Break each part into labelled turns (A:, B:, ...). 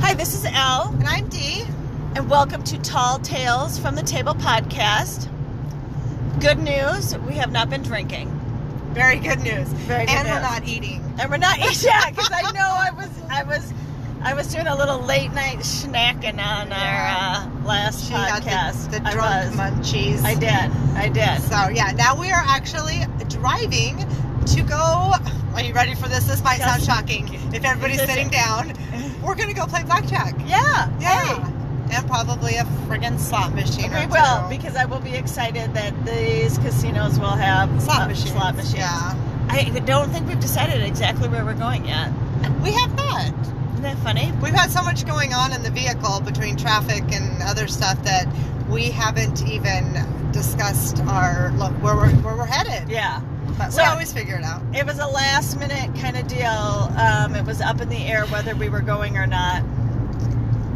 A: Hi, this is Elle,
B: And I'm Dee.
A: and welcome to Tall Tales from the Table podcast. Good news, we have not been drinking.
B: Very good news.
A: Very
B: and we're not eating.
A: And we're not yeah, because I know I was I was I was doing a little late night snacking on
B: Yeah.
A: our uh, last
B: She had
A: podcast.
B: the, the
A: I
B: drunk
A: was.
B: munchies.
A: I did. I did.
B: So yeah, now we are actually driving to go. Are you ready for this? This might sound
A: Yes.
B: shocking if everybody's sitting down. We're gonna go play blackjack.
A: Yeah.
B: Yeah.
A: Hey.
B: And probably a friggin' slot machine.
A: We
B: or
A: will
B: two.
A: because I will be excited that these casinos will have
B: slot
A: uh,
B: machines.
A: Slot machines.
B: Yeah.
A: I don't think we've decided exactly where we're going yet.
B: We have not.
A: Isn't that funny?
B: We've had so much going on in the vehicle between traffic and other stuff that we haven't even discussed our lo- where we're, where we're headed.
A: Yeah.
B: But
A: So-
B: we always figure it out.
A: It was a last minute kind of deal. Um, it was up in the air whether we were going or not.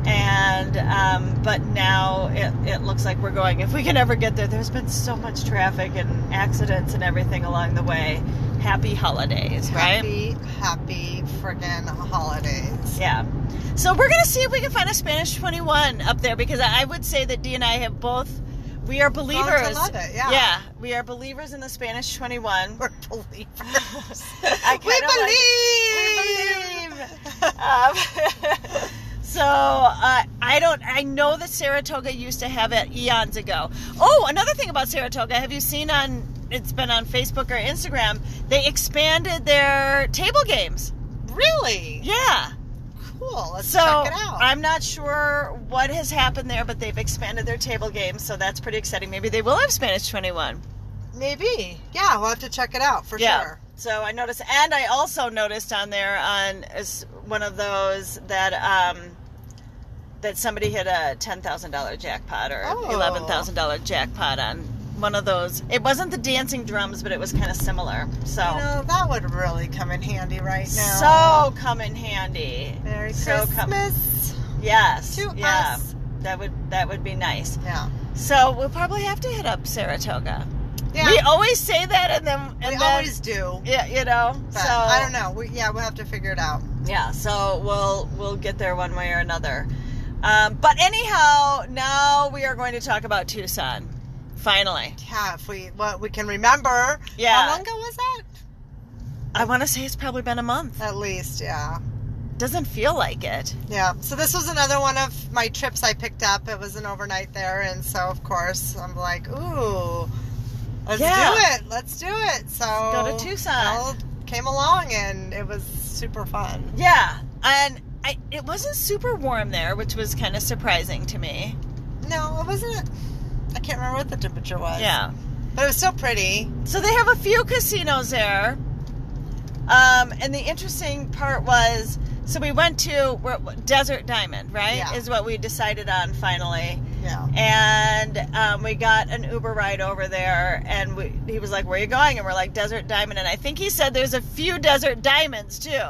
A: And um, but now it, it looks like we're going. If we can ever get there, there's been so much traffic and accidents and everything along the way. Happy holidays, right?
B: Happy, happy friggin' holidays.
A: Yeah. So we're gonna see if we can find a Spanish 21 up there because I I would say that Dee and I have both. We are
B: Grown
A: believers.
B: to love it, yeah.
A: we are believers in the Spanish 21.
B: We're believers.
A: I
B: we
A: kinda
B: believe.
A: Um, so uh, I don't. I know that Saratoga used to have it eons ago. Oh, another thing about Saratoga. Have you seen on? It's been on Facebook or Instagram. They expanded their table games.
B: really?
A: Yeah.
B: Cool. Let's
A: so
B: check it out.
A: I'm not sure what has happened there, but they've expanded their table games, so that's pretty exciting. Maybe they will have Spanish 21.
B: Maybe. Yeah, we'll have to check it out for sure.
A: So I noticed, and I also noticed on there on is one of those that um, that somebody hit a ten thousand dollar jackpot or
B: Oh.
A: eleven thousand dollar jackpot on one of those. It wasn't the dancing drums, but it was kind of similar. So
B: You know, that would really come in handy right now.
A: so come in handy.
B: Merry
A: so come-
B: Christmas.
A: Yes.
B: To
A: yeah.
B: us.
A: That would that would be nice.
B: Yeah.
A: So we'll probably have to hit up Saratoga.
B: Yeah.
A: We always say that, and then and
B: We
A: then,
B: always do.
A: yeah, you know.
B: But
A: so
B: I don't know. We, yeah, we'll have to figure it out.
A: yeah so we'll we'll get there one way or another um, but anyhow now we are going to talk about tucson finally
B: Yeah, if we what we can remember.
A: Yeah.
B: How long ago was that?
A: i want to say it's probably been a month
B: At least, yeah.
A: doesn't feel like it
B: Yeah. So this was another one of my trips I picked up. It was an overnight there, and so of course I'm like, ooh, let's
A: Yeah.
B: do it, let's do it. So
A: Go to Tucson.
B: Elle came along, and it was super fun.
A: yeah and I, it wasn't super warm there which was kind of surprising to me
B: No, it wasn't. I can't remember what the temperature was.
A: yeah
B: But it was still pretty.
A: So they have a few casinos there. Um, and the interesting part was so we went to we're- Desert Diamond, right?
B: Yeah.
A: Is what we decided on finally.
B: Yeah.
A: And um, we got an Uber ride over there, and we, he was like, Where are you going? And we're like, Desert Diamond. And I think he said there's a few Desert Diamonds too.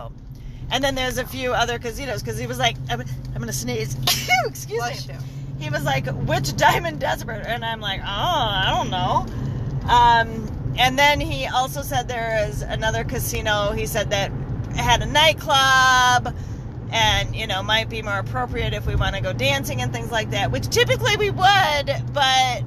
A: And then there's a few other casinos because he was like, I'm, I'm going to sneeze. Excuse me
B: Bless you.
A: he was like, "Which Diamond Desert?" And I'm like, "Oh, I don't know." Um, and then he also said there is another casino. He said that had a nightclub, and you know might be more appropriate if we want to go dancing and things like that, which typically we would, but.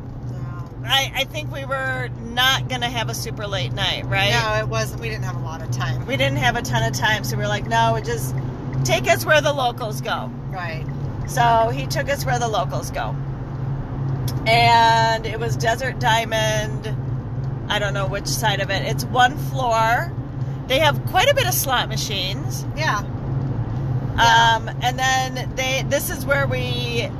A: I, I think we were not gonna have a super late night, right?
B: No, it wasn't. We didn't have a lot of time.
A: We didn't have a ton of time, so we were like, no, just take us where the locals go.
B: Right.
A: So he took us where the locals go. And it was Desert Diamond. I don't know which side of it. It's one floor. They have quite a bit of slot machines.
B: Yeah. Yeah.
A: Um, and then they this is where we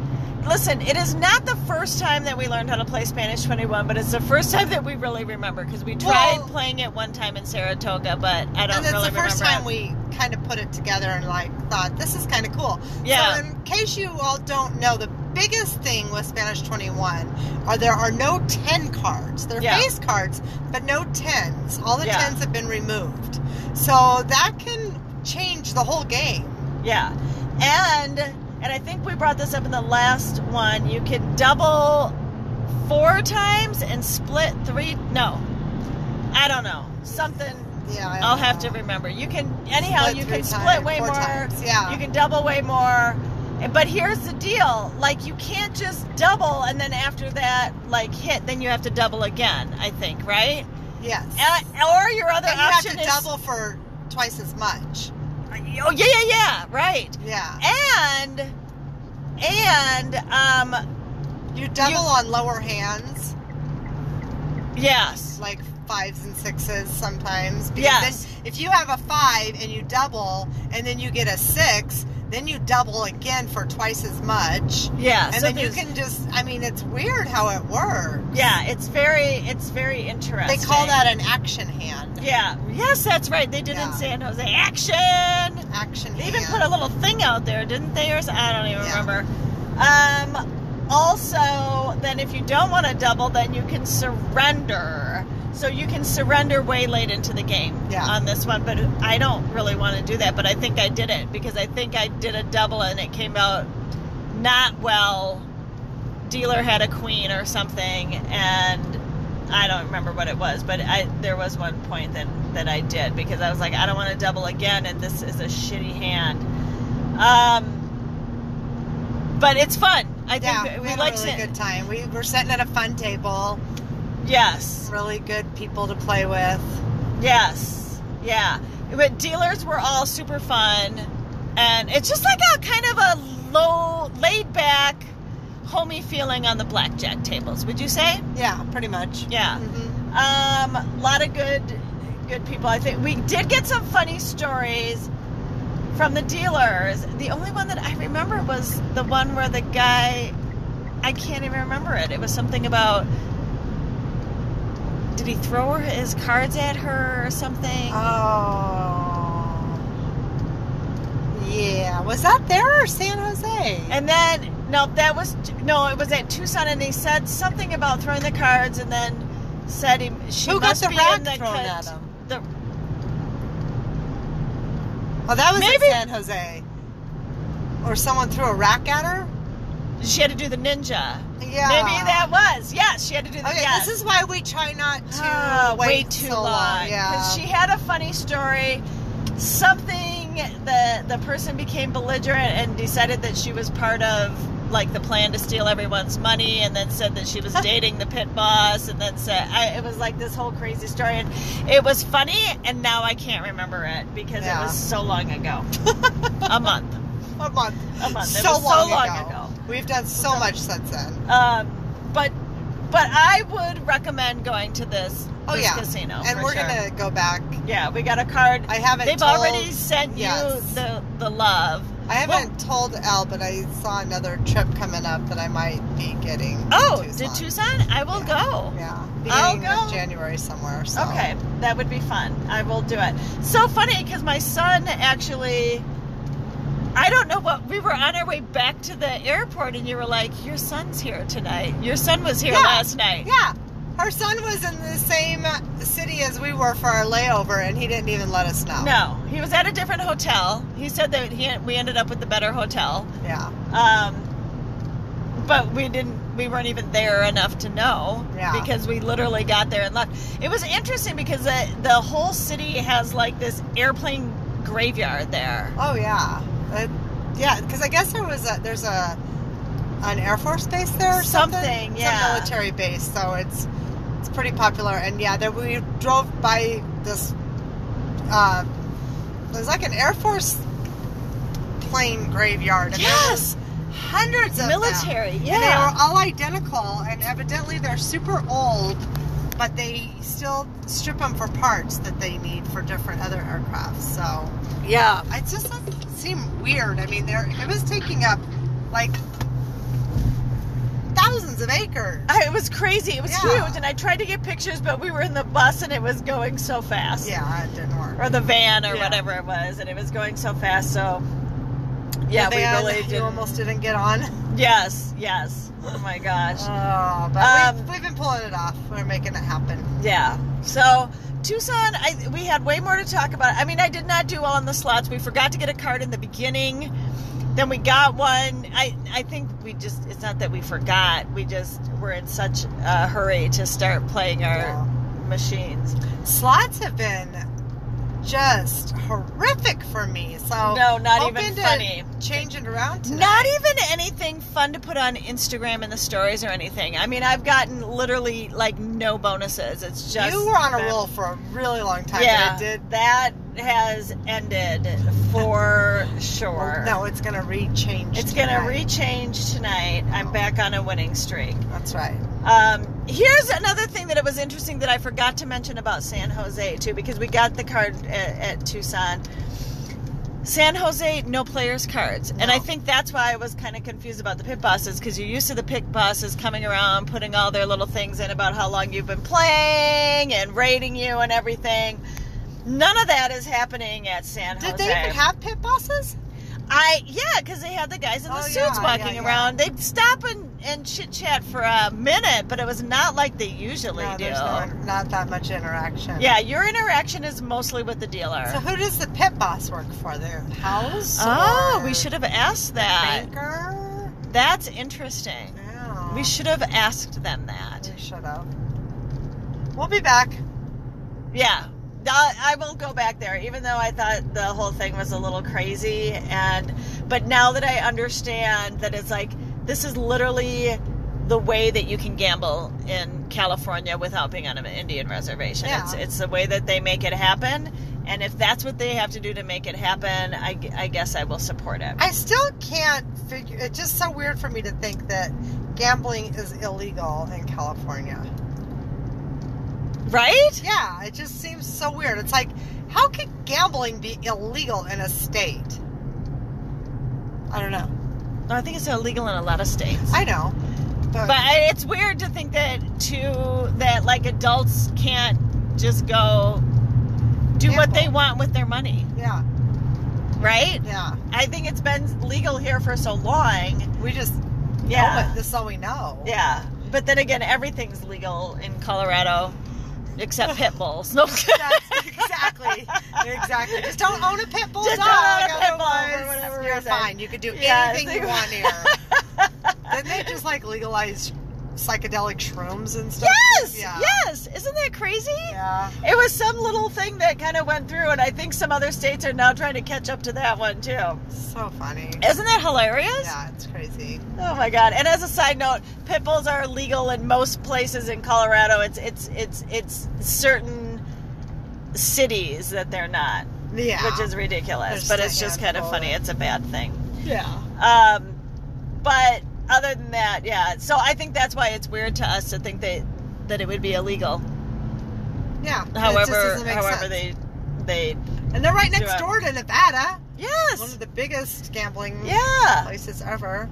A: listen, it is not the first time that we learned how to play Spanish 21, but it's the first time that we really remember because we tried
B: Well-
A: playing it one time in Saratoga, but I don't
B: and it's
A: really
B: the first
A: remember.
B: time we kind of put it together and like thought this is kind of cool.
A: Yeah.
B: So in case you all don't know, the biggest thing with Spanish 21 are there are no 10 cards. They're
A: Yeah.
B: face cards, but no 10s. All the
A: Yeah.
B: 10s have been removed. So that can change the whole game.
A: Yeah. And and I think we brought this up in the last one. You can double four times and split three no. I don't know. Something
B: Yeah. I
A: I'll
B: don't
A: have
B: know.
A: to remember. You can anyhow
B: Split
A: you
B: three
A: can
B: times,
A: split way
B: four
A: more.
B: times. Yeah.
A: You can double way more. But here's the deal: like you can't just double and then after that, like hit, then you have to double again. I think, right?
B: Yes.
A: Uh, or your other
B: and you have
A: option
B: to
A: is
B: double for twice as much.
A: Oh yeah, yeah, yeah, right.
B: Yeah.
A: And and um
B: You double
A: you-
B: on lower hands,
A: yes.
B: like fives and sixes sometimes. because
A: Yes.
B: then if you have a five and you double, and then you get a six, then you double again for twice as much.
A: Yeah.
B: And
A: so
B: then you
A: there's-
B: can just, I mean, it's weird how it works.
A: Yeah, it's very it's very interesting.
B: They call that an action hand.
A: Yeah. Yes, that's right. They did
B: Yeah.
A: in San Jose. Action.
B: Action
A: They
B: hand.
A: even put a little thing out there, didn't they? Or s- I don't even
B: Yeah.
A: remember. Um, also, then if you don't want to double, then you can surrender. So you can surrender way late into the game
B: Yeah.
A: on this one, but I don't really want to do that. But I think I did it because I think I did a double and it came out not well. Dealer had a queen or something, and I don't remember what it was, but I there was one point that that I did because I was like, I don't want to double again, and this is a shitty hand. Um, but it's fun. I think
B: yeah,
A: we,
B: we had
A: liked
B: a really
A: it.
B: good time. We were sitting at a fun table,
A: Yes,
B: really good people to play with.
A: yes, yeah. But dealers were all super fun, and it's just like a kind of a low, laid back, homey feeling on the blackjack tables. Would you say?
B: Yeah, pretty much.
A: Yeah. Um,
B: Mhm.
A: a lot of good, good people. I think we did get some funny stories from the dealers. The only one that I remember was the one where the guy, I can't even remember it. It was something about did he throw her- his cards at her or something?
B: Uh. Oh. Yeah. Was that there or San Jose?
A: And then no, that was no, it was at Tucson, and he said something about throwing the cards, and then said he she
B: Who got
A: must
B: the
A: be
B: rock
A: in the
B: thrown
A: cut-
B: at him?
A: the-
B: Oh, that was in
A: Maybe-
B: San Jose. Or someone threw a rack at her?
A: she had to do the ninja.
B: Yeah.
A: Maybe that was. Yes, she had to do the
B: Okay,
A: yes.
B: this is why we try not to
A: Ah,
B: wait,
A: way too
B: so long.
A: long.
B: Yeah.
A: Because she had a funny story. Something the the person became belligerent and decided that she was part of like the plan to steal everyone's money, and then said that she was dating the pit boss, and then said I, it was like this whole crazy story, and it was funny, and now I can't remember it because
B: Yeah.
A: it was so long ago, a month,
B: a month.
A: a month,
B: So
A: it was
B: long
A: so long
B: ago.
A: ago.
B: We've done so much since then.
A: Um, but but I would recommend going to this,
B: Oh,
A: this
B: yeah.
A: casino.
B: and
A: for
B: we're
A: sure.
B: gonna go back.
A: Yeah, we got a card.
B: I haven't
A: They've
B: told,
A: already sent you
B: Yes.
A: the the love.
B: I haven't told Al, but I saw another trip coming up that I might be getting. to
A: Oh,
B: Tucson.
A: did Tucson? I will
B: Yeah.
A: go.
B: Yeah,
A: I'll
B: beginning of
A: go.
B: January somewhere. So.
A: Okay, that would be fun. I will do it. So funny because my son actually. I don't know what we were on our way back to the airport, and you were like, "Your son's here tonight. Your son was here
B: Yeah.
A: last night."
B: Yeah, her son was in the same city as we were for our layover, and he didn't even let us know.
A: No, he was at a different hotel. He said that he we ended up with the better hotel.
B: Yeah.
A: Um, but we didn't. We weren't even there enough to know
B: Yeah.
A: because we literally got there and left. It was interesting because the, the whole city has like this airplane graveyard there.
B: Oh yeah. Uh, yeah, because I guess there was a there's a an air force base there or something.
A: Something,
B: Some
A: yeah.
B: military base, so it's it's pretty popular. And yeah, there we drove by this. Uh, it was like an air force plane graveyard. And there was
A: Yes,
B: hundreds of them.
A: military.
B: And they
A: Yeah,
B: were all identical, and evidently they're super old, but they still strip them for parts that they need for different other aircraft. So
A: yeah.
B: it just doesn't seem weird. I mean, there it was taking up like thousands of acres.
A: I, it was crazy. It was
B: Yeah.
A: huge, and I tried to get pictures, but we were in the bus and it was going so fast.
B: Yeah, it didn't work.
A: Or the van, or
B: Yeah.
A: whatever it was, and it was going so fast. So, yeah,
B: The
A: we
B: van,
A: really
B: you
A: did.
B: almost didn't get on.
A: Yes, yes. Oh my gosh.
B: Oh, but
A: Um,
B: we've, we've been pulling it off. We're making it happen.
A: Yeah. So Tucson, I, we had way more to talk about. I mean, I did not do well on the slots. We forgot to get a card in the beginning. Then we got one. I I think we just it's not that we forgot. We just were in such a hurry to start playing our
B: Yeah.
A: machines.
B: Slots have been just horrific for me. So
A: No, not even
B: hoping to
A: funny.
B: Change it around today.
A: Not even anything fun to put on Instagram in the stories or anything. I mean, I've gotten literally like no bonuses. It's just
B: you were on a
A: been-
B: roll for a really long time.
A: Yeah,
B: but it did.
A: that has ended for sure.
B: No, it's gonna rechange.
A: it's gonna
B: tonight.
A: rechange tonight. I'm
B: Oh.
A: back on a winning streak.
B: That's right.
A: Um, here's another thing that it was interesting that I forgot to mention about San Jose too, because we got the card at, at Tucson. San Jose, no players cards, and I
B: No.
A: think that's why I was kind of confused about the pit bosses because you're used to the pit bosses coming around, putting all their little things in about how long you've been playing and rating you and everything. None of that is happening at San Jose.
B: Did they even have pit bosses?
A: I yeah, because they had the guys in the
B: Oh,
A: suits
B: yeah,
A: walking
B: yeah, yeah.
A: around. They'd stop and, and chit chat for a minute, but it was not like they usually
B: no,
A: do.
B: there's not, not that much interaction.
A: Yeah, your interaction is mostly with the dealer.
B: So who does the pit boss work for? Their house?
A: oh,
B: or
A: we should have asked that.
B: Banker?
A: That's interesting.
B: No.
A: We should have asked them that.
B: We should have. We'll be back.
A: Yeah. I I will go back there, even though I thought the whole thing was a little crazy. And but now that I understand that it's like this is literally the way that you can gamble in California without being on an Indian reservation.
B: Yeah.
A: It's it's the way that they make it happen. And if that's what they have to do to make it happen, I, gu- I guess I will support it.
B: I still can't figure. It's just so weird for me to think that gambling is illegal in California.
A: Right?
B: Yeah, it just seems so weird. It's like, how could gambling be illegal in a state? I don't know.
A: No, I think it's illegal in a lot of states.
B: I know, but,
A: But I- it's weird to think that to that like adults can't just go do what they
B: Gamble.
A: want with their money,
B: yeah,
A: right?
B: yeah.
A: I think it's been legal here for so long.
B: We just know
A: Yeah.
B: it. This is all we know.
A: Yeah. But then again, everything's legal in Colorado except pit bulls. No.
B: That's exactly, exactly. Just don't own a pit bull
A: Just
B: dog.
A: don't own a pit bull
B: otherwise
A: for whatever
B: You're
A: reason.
B: fine. You could do
A: Yeah,
B: anything
A: they-
B: you want here. Didn't they just like legalize psychedelic shrooms and stuff?
A: Yes.
B: Yeah.
A: Yes. Isn't that crazy?
B: Yeah.
A: It was some little thing that kind of went through, and I think some other states are now trying to catch up to that one too.
B: So funny.
A: Isn't that hilarious?
B: Yeah, it's crazy.
A: Oh my god! And as a side note, pit bulls are legal in most places in Colorado. It's it's it's it's certain cities that they're not,
B: Yeah.
A: which is ridiculous.
B: There's
A: but
B: a
A: it's just kind of
B: handful.
A: funny. It's a bad thing.
B: yeah.
A: Um, but other than that, yeah. So I think that's why it's weird to us to think that that it would be illegal.
B: Yeah. it just
A: However,
B: doesn't make
A: however
B: sense.
A: they they
B: And they're right
A: do
B: next
A: it.
B: door to Nevada, one
A: yes
B: of the biggest gambling
A: yeah.
B: places ever.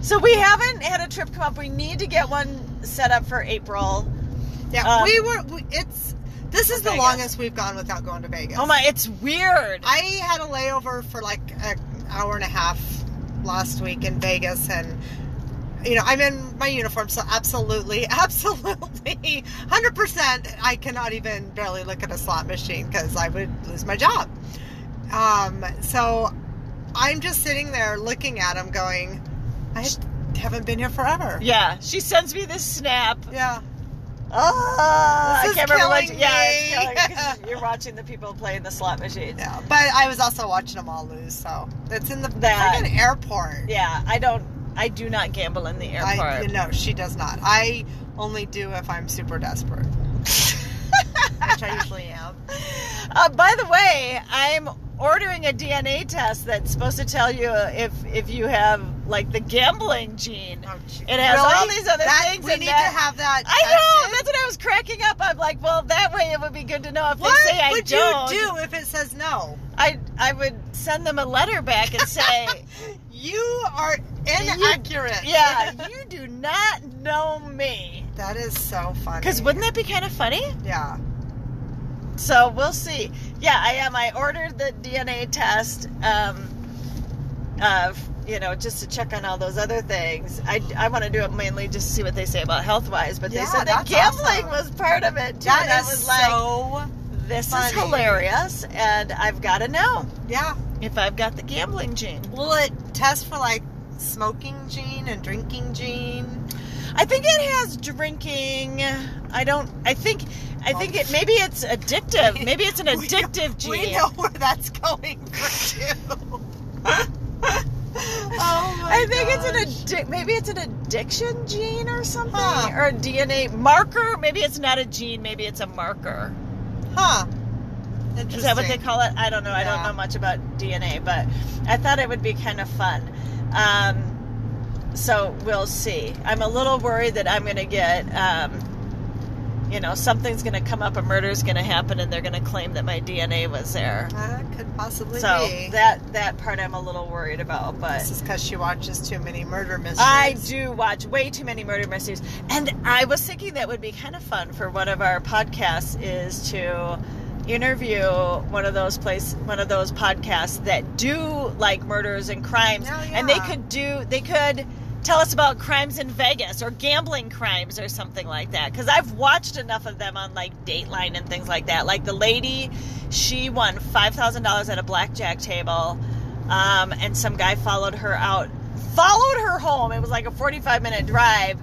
A: So we haven't had a trip come up. We need to get one set up for April.
B: Yeah,
A: Um,
B: we were. We, it's this is the
A: Vegas.
B: longest we've gone without going to Vegas.
A: Oh my, it's weird.
B: I had a layover for like an hour and a half last week in Vegas, and you know I'm in my uniform, so absolutely, absolutely, hundred percent. I cannot even barely look at a slot machine because I would lose my job. Um, so I'm just sitting there looking at him, going, I haven't been here forever.
A: Yeah, she sends me this snap.
B: Yeah.
A: Oh,
B: This
A: I
B: is
A: can't remember what.
B: Ah, killing
A: Yeah,
B: me.
A: it's killing me 'cause you're watching the people playing the slot machines.
B: Yeah, but I was also watching them all lose, so it's in the
A: That-
B: it's like an airport.
A: Yeah, I don't. I do not gamble in the airport.
B: I, you know, she does not. I only do if I'm super desperate, which I usually am.
A: uh, by the way, I'm ordering a DNA test that's supposed to tell you if if you have like the gambling gene.
B: Oh, gee.
A: It has all these other
B: That-
A: things
B: We
A: in
B: need
A: that-
B: to have that.
A: I know.
B: tested?
A: That's what I was cracking up. I'm like, well, that way it would be good to know if
B: What
A: they say I
B: would
A: don't.
B: you do if it says no?
A: I I would send them a letter back and say.
B: You are inaccurate.
A: Yeah, you do not know me.
B: that is so funny.
A: Because wouldn't that be kind of funny?
B: yeah,
A: So we'll see. Yeah, I am. I ordered the DNA test, um, of, you know, just to check on all those other things. I, I want to do it mainly just to see what they say about health wise, but they
B: Yeah,
A: said that
B: that's
A: gambling was
B: awesome.
A: part of it too. and I
B: that is
A: was like,
B: so.
A: this
B: funny.
A: is hilarious, and I've got to know
B: Yeah.
A: if I've got the gambling gene.
B: Will it test for like smoking gene and drinking gene?
A: I think it has drinking. I don't. I think. I think it maybe it's addictive. Maybe it's an
B: Oh. We know-
A: addictive gene.
B: We know where that's going for you. oh my
A: I think
B: gosh.
A: it's an addic- maybe it's an addiction gene or something
B: Huh.
A: or a DNA marker. Maybe it's not a gene, maybe it's a marker.
B: Huh.
A: Is that what they
B: Interesting.
A: call it? I don't know. I don't
B: Yeah.
A: know much about DNA, but I thought it would be kind of fun. Um, so we'll see. I'm a little worried that I'm going to get, um, you know, something's going to come up, a murder's going to happen, and they're going to claim that my DNA was there.
B: That could possibly
A: so
B: be.
A: that that part I'm a little worried about, but
B: this is because she watches too many murder mysteries.
A: I do watch way too many murder mysteries, and I was thinking that would be kind of fun for one of our podcasts is to interview one of those place one of those podcasts that do like murders and crimes,
B: Oh,
A: and they
B: yeah.
A: could do they could tell us about crimes in Vegas or gambling crimes or something like that. Because I've watched enough of them on like Dateline and things like that. Like the lady, she won five thousand dollars at a blackjack table, um, and some guy followed her out, followed her home. It was like a forty-five minute drive,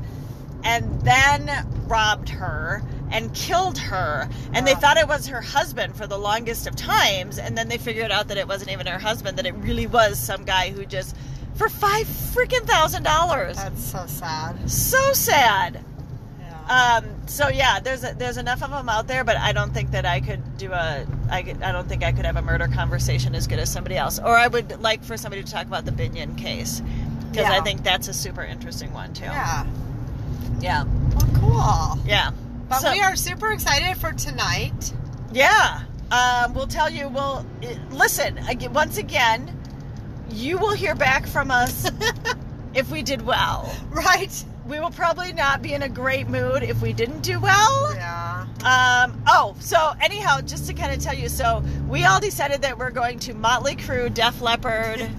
A: and then robbed her. And killed her, and they
B: Wow.
A: thought it was her husband for the longest of times, and then they figured out that it wasn't even her husband; that it really was some guy who just, for five freaking thousand dollars,
B: That's so sad.
A: so sad.
B: Yeah.
A: Um, so yeah, there's a, there's enough of them out there, but I don't think that I could do a I, could- I don't think I could have a murder conversation as good as somebody else. Or I would like for somebody to talk about the Binion case because I
B: Yeah.
A: think that's a super interesting one too.
B: yeah.
A: yeah,
B: Well, cool.
A: yeah.
B: But
A: So-
B: we are super excited for tonight.
A: Yeah. Um, we'll tell you. We'll eh, listen again, once again. You will hear back from us if we did well.
B: Right?
A: We will probably not be in a great mood if we didn't do well.
B: Yeah.
A: Um, oh, so anyhow, just to kind of tell you, so we all decided that we're going to Motley Crue, Def Leppard.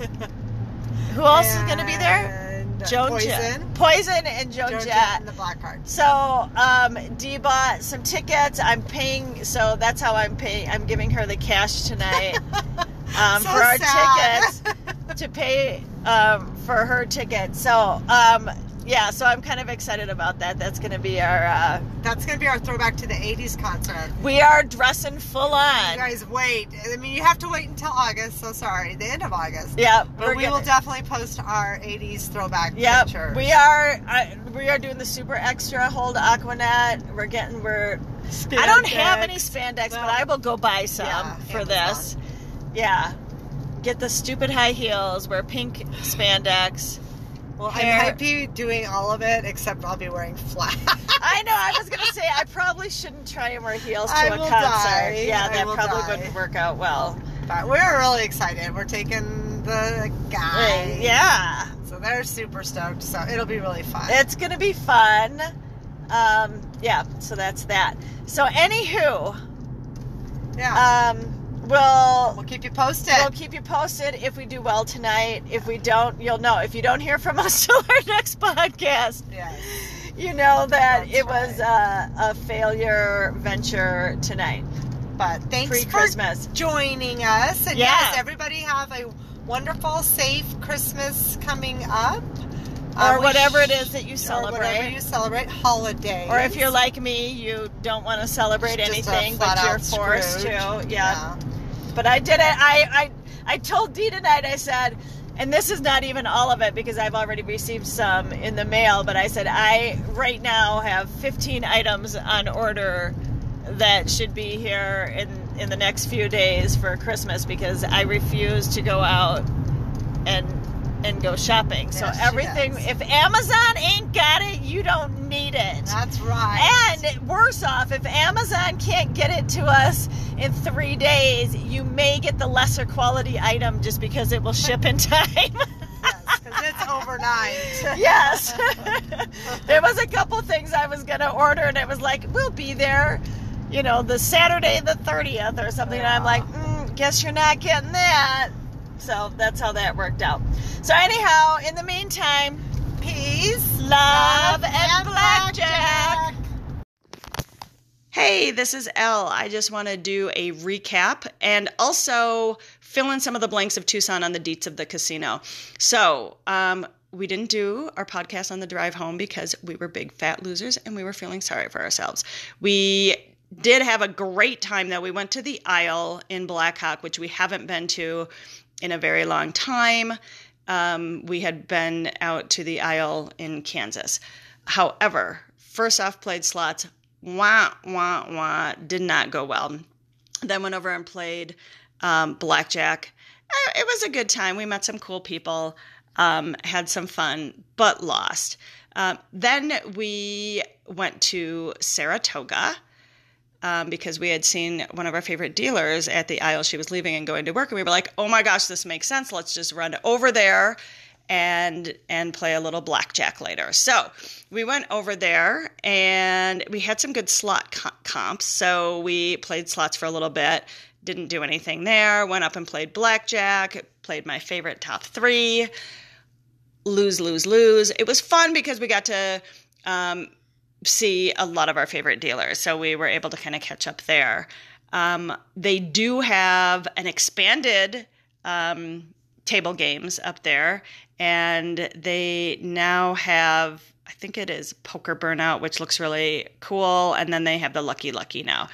A: Who else is going to be there?
B: And
A: Joan Jett.
B: Poison.
A: Poison and Joan,
B: Joan Jett
A: Jett.
B: and the Blackhearts.
A: So um, Dee bought some tickets. I'm paying, so that's how I'm paying. I'm giving her the cash tonight um,
B: so
A: for our
B: sad.
A: tickets to pay um, for her ticket. So um, yeah, so I'm kind of excited about that. That's going to be our. Uh,
B: That's going to be our throwback to the 80s concert.
A: we are dressing full on.
B: You guys wait. I mean, you have to wait until August. So sorry, the end of August.
A: yeah,
B: But
A: we're
B: we
A: gonna-
B: will definitely post our 80s throwback
A: Yep,
B: pictures.
A: we are. I, we are doing the super extra hold Aquanet. We're getting. We're. I don't have any spandex,
B: No.
A: but I will go buy some
B: Yeah,
A: for this.
B: Amazon.
A: Yeah, get the stupid high heels. Wear pink spandex.
B: Well,
A: hair.
B: I might be doing all of it, except I'll be wearing flats.
A: I know. I was gonna say I probably shouldn't try and wear heels to
B: I
A: a
B: will
A: concert.
B: die.
A: Yeah,
B: I
A: that
B: will
A: probably
B: die.
A: wouldn't work out well.
B: but we're really excited. We're taking the guy.
A: Yeah,
B: So they're super stoked. So it'll be really fun.
A: it's gonna be fun. Um, yeah, so that's that. So anywho,
B: yeah.
A: um, we'll
B: we'll keep you posted.
A: We'll keep you posted if we do well tonight. If we don't, you'll know. If you don't hear from us till our next podcast,
B: yes.
A: you know that
B: That's
A: it was uh, a, a failure venture tonight,
B: But thanks
A: pre
B: for
A: Christmas.
B: joining us. And
A: Yeah.
B: yes, everybody have a wonderful, safe Christmas coming up.
A: Or
B: Uh, we
A: whatever it
B: sh-
A: is that you
B: Or whatever
A: celebrate.
B: you celebrate, holiday.
A: Or if you're like me, you don't want to celebrate
B: Just a
A: anything,
B: flat
A: but you're
B: out
A: forced
B: Scrooge.
A: to. Yeah. But I did it. I, I, I told Dee tonight, I said, and this is not even all of it because I've already received some in the mail, but I said, I right now have 15 items on order that should be here in, in the next few days for Christmas because I refuse to go out and and go shopping. so
B: Yes, she
A: everything,
B: does.
A: if Amazon ain't got it, you don't need it.
B: That's right.
A: And worse off, if Amazon can't get it to us in three days, you may get the lesser quality item just because it will ship in time.
B: yes, because it's overnight.
A: yes. there was a couple things I was going to order, and it was like, we'll be there, you know, the Saturday the 30th or something. And I'm
B: Yeah.
A: like, mm, guess you're not getting that. So that's how that worked out. So, anyhow, in the meantime,
B: Peace,
A: love, and, blackjack.
B: blackjack.
A: Hey, this is Elle. I just want to do a recap and also fill in some of the blanks of Tucson on the deets of the casino. So, um, we didn't do our podcast on the drive home because we were big fat losers and we were feeling sorry for ourselves. We did have a great time though. We went to the Isle in Black Hawk, which we haven't been to in a very long time. Um, we had been out to the Isle in Kansas. However, first off, played slots. Wah wah wah. Did not go well. Then went over and played um, blackjack. Uh, It was a good time. We met some cool people, um, had some fun, but lost. Um, then we went to Saratoga um, because we had seen one of our favorite dealers at the aisle she was leaving and going to work, and we were like, "Oh my gosh, this makes sense. Let's just run over there." And and play a little blackjack later. So we went over there and we had some good slot co- comps. So we played slots for a little bit. Didn't do anything there. Went up and played blackjack. Played my favorite top three lose, lose, lose. It was fun because we got to um, see a lot of our favorite dealers. So we were able to kind of catch up there. Um, they do have an expanded um, table games up there, and they now have. I think it is Poker Burnout, which looks really cool. And then they have the Lucky Lucky now.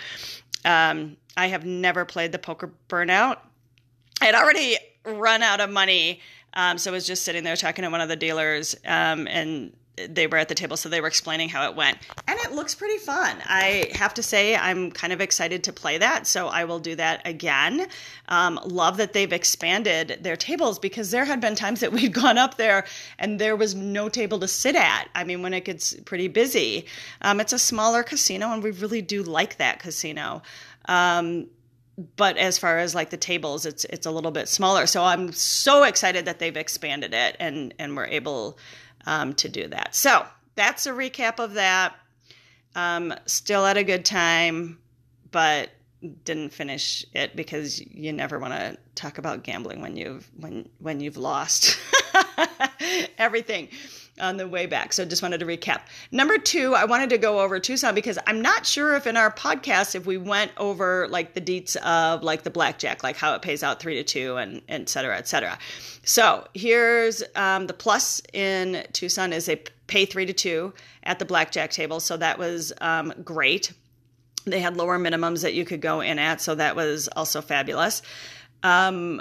A: Um, I have never played the Poker Burnout. I'd already run out of money. Um, so I was just sitting there talking to one of the dealers, um, and they were at the table, so they were explaining how it went. And it looks pretty fun. I have to say, I'm kind of excited to play that, so I will do that again. Um, love that they've expanded their tables because there had been times that we'd gone up there and there was no table to sit at. I mean, when it gets pretty busy, um, it's a smaller casino, and we really do like that casino. Um, but as far as like the tables it's it's a little bit smaller so i'm so excited that they've expanded it and and we're able um, to do that so that's a recap of that um, still at a good time but didn't finish it because you never want to talk about gambling when you've when when you've lost everything on the way back. So just wanted to recap. Number 2, I wanted to go over Tucson because I'm not sure if in our podcast if we went over like the deets of like the blackjack, like how it pays out 3 to 2 and and et cetera, et cetera. So, here's um, the plus in Tucson is they pay 3 to 2 at the blackjack table. So that was um, great they had lower minimums that you could go in at so that was also fabulous um,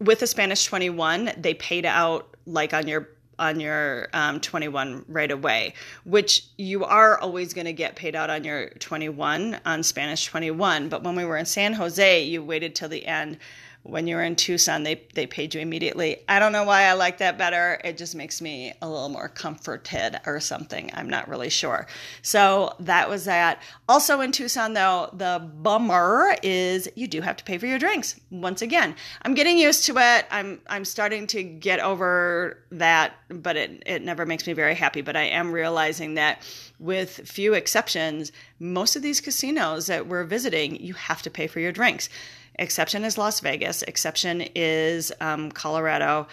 A: with the spanish 21 they paid out like on your on your um, 21 right away which you are always going to get paid out on your 21 on spanish 21 but when we were in san jose you waited till the end when you were in tucson they, they paid you immediately i don't know why i like that better it just makes me a little more comforted or something i'm not really sure so that was that also in tucson though the bummer is you do have to pay for your drinks once again i'm getting used to it i'm i'm starting to get over that but it, it never makes me very happy but i am realizing that with few exceptions most of these casinos that we're visiting you have to pay for your drinks Exception is Las Vegas. Exception is um, Colorado.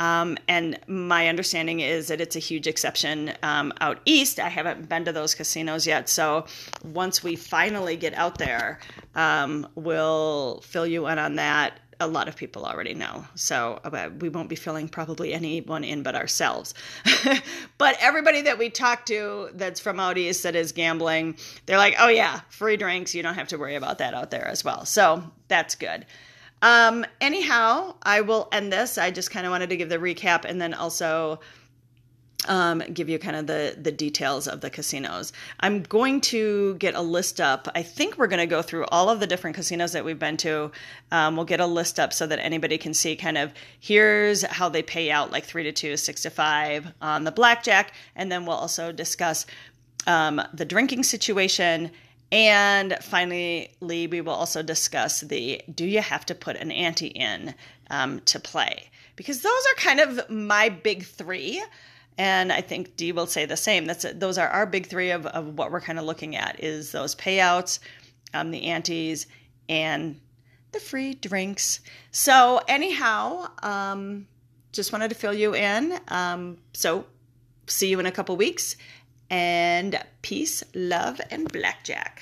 A: Um, and my understanding is that it's a huge exception um, out east. I haven't been to those casinos yet. So once we finally get out there, um, we'll fill you in on that. A lot of people already know. So uh, we won't be filling probably anyone in but ourselves. but everybody that we talk to that's from out east that is gambling, they're like, oh, yeah, free drinks. You don't have to worry about that out there as well. So that's good. Um, anyhow, I will end this. I just kind of wanted to give the recap and then also um, give you kind of the the details of the casinos. I'm going to get a list up. I think we're going to go through all of the different casinos that we've been to. Um, we'll get a list up so that anybody can see kind of here's how they pay out like three to two, six to five on the blackjack, and then we'll also discuss um, the drinking situation. And finally, Lee, we will also discuss the do you have to put an ante in um, to play? Because those are kind of my big three. And I think Dee will say the same. That's those are our big three of, of what we're kind of looking at is those payouts, um, the antes, and the free drinks. So anyhow, um, just wanted to fill you in. Um, so see you in a couple weeks, and peace, love, and blackjack.